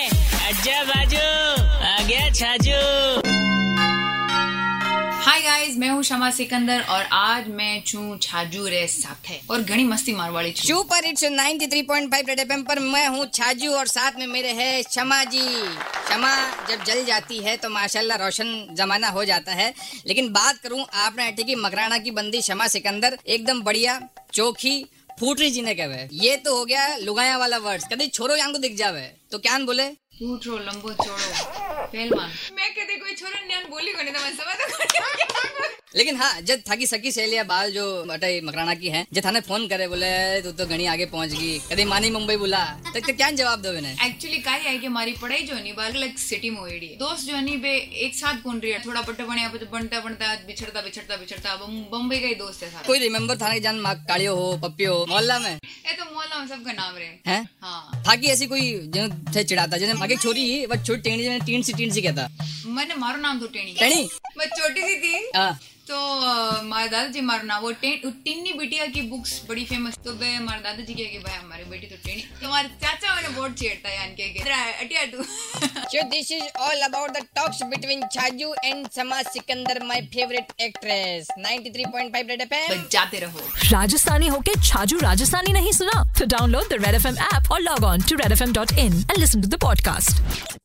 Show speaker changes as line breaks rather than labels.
आजा बाजू आ गया छाजू
हाय गाइस मैं हूँ शमा सिकंदर और आज मैं छू छाजू रे साथे और घनी मस्ती मारवाड़ी छू
सुपर हिट्स 93.5 रेड एफएम पर मैं हूँ छाजू और साथ में मेरे है क्षमा जी क्षमा जब जल जाती है तो माशाल्लाह रोशन जमाना हो जाता है लेकिन बात करूँ आपने हटी की मकराना की बंदी क्षमा सिकंदर एकदम बढ़िया चोखी फूटरी जी ने कहे ये तो हो गया लुगाया वाला वर्ड कभी छोरो यांग को दिख जावे तो क्या न बोले
छूट रो लंबो चोड़ो पहलवान मैं कदे कोई छोरो न्यान बोली कोने तमन समझ तो
लेकिन हाँ जब थकी सकी सहेलिया बाल जो अटे मकराना की है जे थाने फोन करे बोले तू तो घणी आगे पहुंच गई कदे मानी मुंबई बुला तक तो क्या जवाब दो इन्हें
एक्चुअली काई आई कि हमारी पढ़ाई जो नहीं बार अलग सिटी में होएडी है दोस्त जो नहीं बे एक साथ घूम रही है थोड़ा पट्टे बने आप बनता बनता बिछड़ता बिछड़ता बिछड़ता बम- बम्बई का ही दोस्त है सारा
कोई रिमेम्बर था ना कि जान माँ कालियो हो पप्पियो हो मोहल्ला में
ये तो मोहल्ला में सबका नाम रहे
है
हाँ
था कि ऐसी कोई जो थे चिढ़ाता जैसे माँ की एक छोरी ही बस छोटी टेढ़ी जैसे टीन सी टीन सी कहता
मैंने मारो नाम तो टेणी
टेढ़ी
मैं छोटी सी थी
हाँ
तो अ, हमारे दादाजी मारा नाम वो टे- टिन्नी बिटिया की बुक्स बड़ी फेमस तो बे हमारे दादाजी क्या कि भाई हमारी बेटी तो टेनी तो हमारे चाचा मैंने बहुत छेड़ता है यान के के "तेरा अटिया तू
So this is all about the talks between Chaju and Sama Sikandar, my favorite actress. 93.5 Red FM.
बजाते रहो
राजस्थानी होके छाजू राजस्थानी नहीं सुना तो download the red F M app और log on to red F M dot in and listen to the podcast